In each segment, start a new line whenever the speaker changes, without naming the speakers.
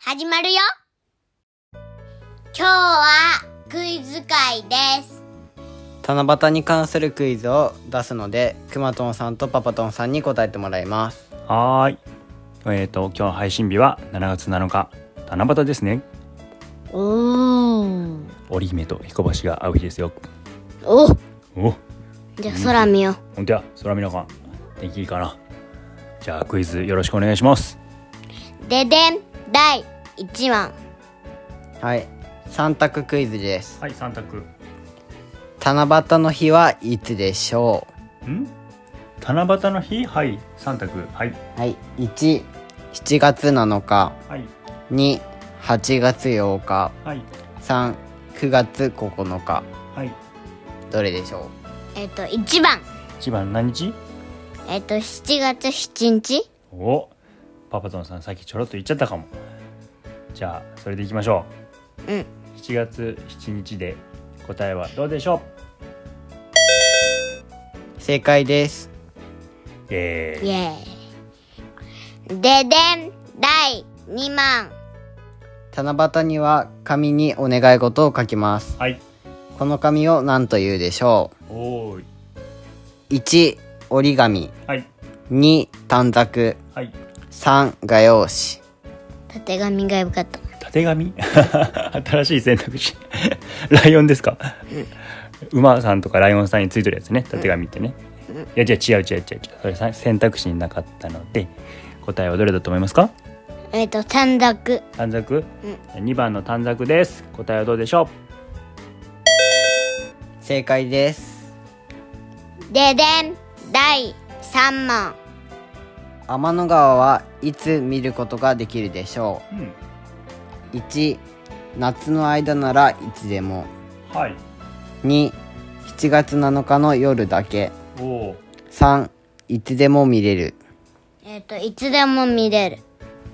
始まるよ今日はクイズ会です
七夕に関するクイズを出すのでくまとんさんとパパとんさんに答えてもらいます
はーい。えっ、と今日配信日は7月7日七夕ですね。
おー
織姫と彦星が会う日ですよ。
お
お、
じゃあ空見よう
本当や。空見のか天気いいかな。じゃあクイズよろしくお願いします。
ででん第1問
はい三択クイズです
はい、三択。
七夕の日はいつでしょ
ん？七夕の日はい三択はい。
うはい1 7月7日
はい
2 8月8日
はい
3 9月9日
はい。
どれでしょ
えっと1番
一番何日？
えっと7月7日
お、パパとンさんさっきちょろっと言っちゃったかも。じゃあそれでいきましょう。
うん。
7月7日で答えはどうでしょう？
う正解です
え
イエーイででん第2問
七夕には紙にお願い事を書きます
はい。
この紙を何と言うでしょ
おーいう
1折り紙
はい
2短冊
はい
3画用紙
たてがみがよかった
縦紙 新しい選択肢 ライオンですか、馬さんとかライオンさんについてるやつね縦紙ってね、いやじゃあ違う違う違う違うそれさ選択肢になかったので答えはどれだと思いますか
えっと短冊
短冊、二2番の短冊です答えはどうでしょ
正解です
ででん第3問
天の川はいつ見ることができるでしょ
う、うん、
う1夏の間ならいつでも
はい
27月7日の夜だけ
おお
3いつでも見れる
えっといつでも見れる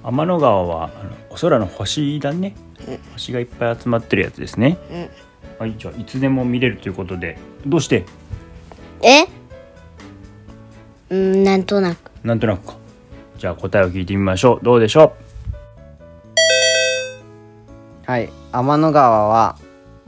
天の川はあのお空の星だね、星がいっぱい集まってるやつですね、はいじゃあいつでも見れるということでどうして
えうんなんとなく
なんとなくかじゃあ答えを聞いてみましょうどうでしょ
はい天の川は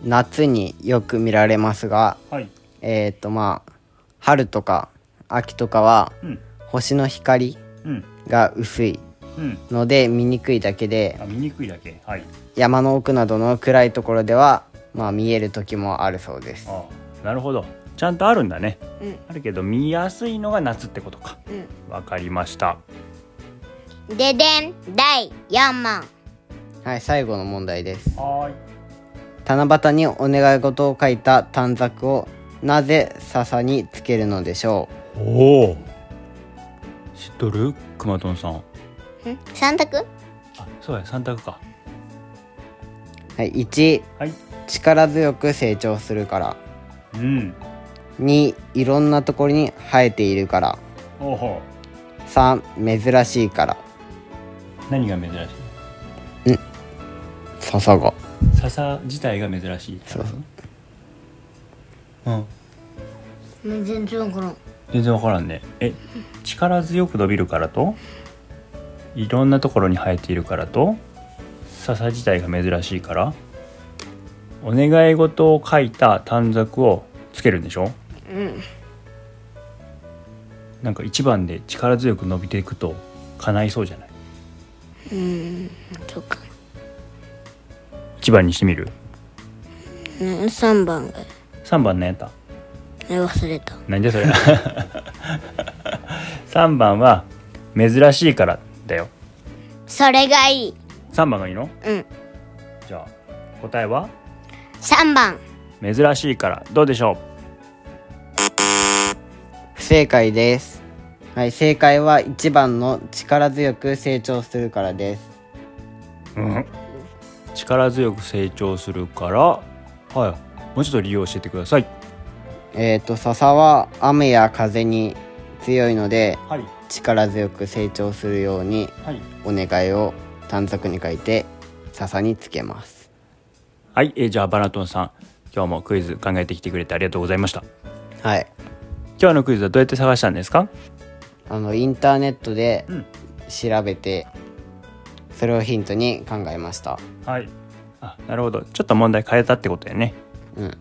夏によく見られますが
うはい
えっ、とまあ春とか秋とかは
うん
星の光
うん
が薄い
うん
ので見にくいだけで
あ見にくいだけはい
山の奥などの暗いところではまあ見える時もあるそうです
ああなるほどちゃんとあるんだね、
うん
あるけど見やすいのが夏ってことかわ、かりました
ででん第4問
はい最後の問題です
は
七夕にお願い事を書いた短冊をなぜ笹につけるのでしょ
いおお知っとるくまとんさん
ん3択
あそうや三択か
う、はい、1
はい
力強く成長するから
うん
2いろんなところに生えているから
おお
3珍しいから
何が珍しい
笹が
笹自体が珍しい
そうそう
うん
全然わからん
全然分からんねえ力強く伸びるからといろんなところに生えているからと笹自体が珍しいからお願い事を書いた短冊をつけるんでしょ
うん
なんか一番で力強く伸びていくと叶いそうじゃない
うんそうか
一番にしてみる
うん3番が
3番何やった
え忘れた
何でそれ3番は珍しいからだよ
それがいい
3番がいいの
うん
じゃあ答えは
3番
珍しいからどうでしょう
不正解ですはい正解は1番の力強く成長するからです
うん、力強く成長するからはいもうちょっと理由を教えてください
えー、と笹は雨や風に強いので
はい
力強く成長するように
はい、
お願いを短冊に書いて笹につけます
はいえーじゃあバナトンさん今日もクイズ考えてきてくれてありがとうございました
はい
今日のクイズはどうやって探したんですか
あのインターネットで
うん
調べて、それをヒントに考えました
はいあなるほどちょっと問題変えたってことやね
うん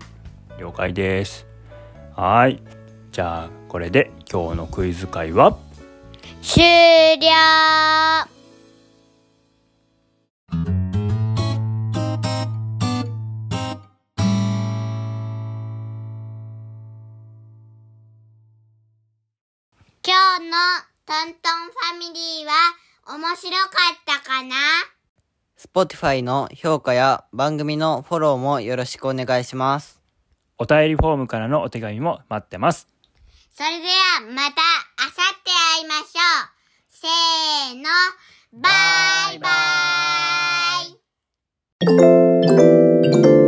了解ですはいじゃあこれで今日のクイズ会は
終了今日のトントンファミリーは面白かったかな
Spotify の評価や番組のフォローもよろしくお願いします
お便りフォームからのお手紙も待ってます
それではまたあさって会いましょうせーのバイバイ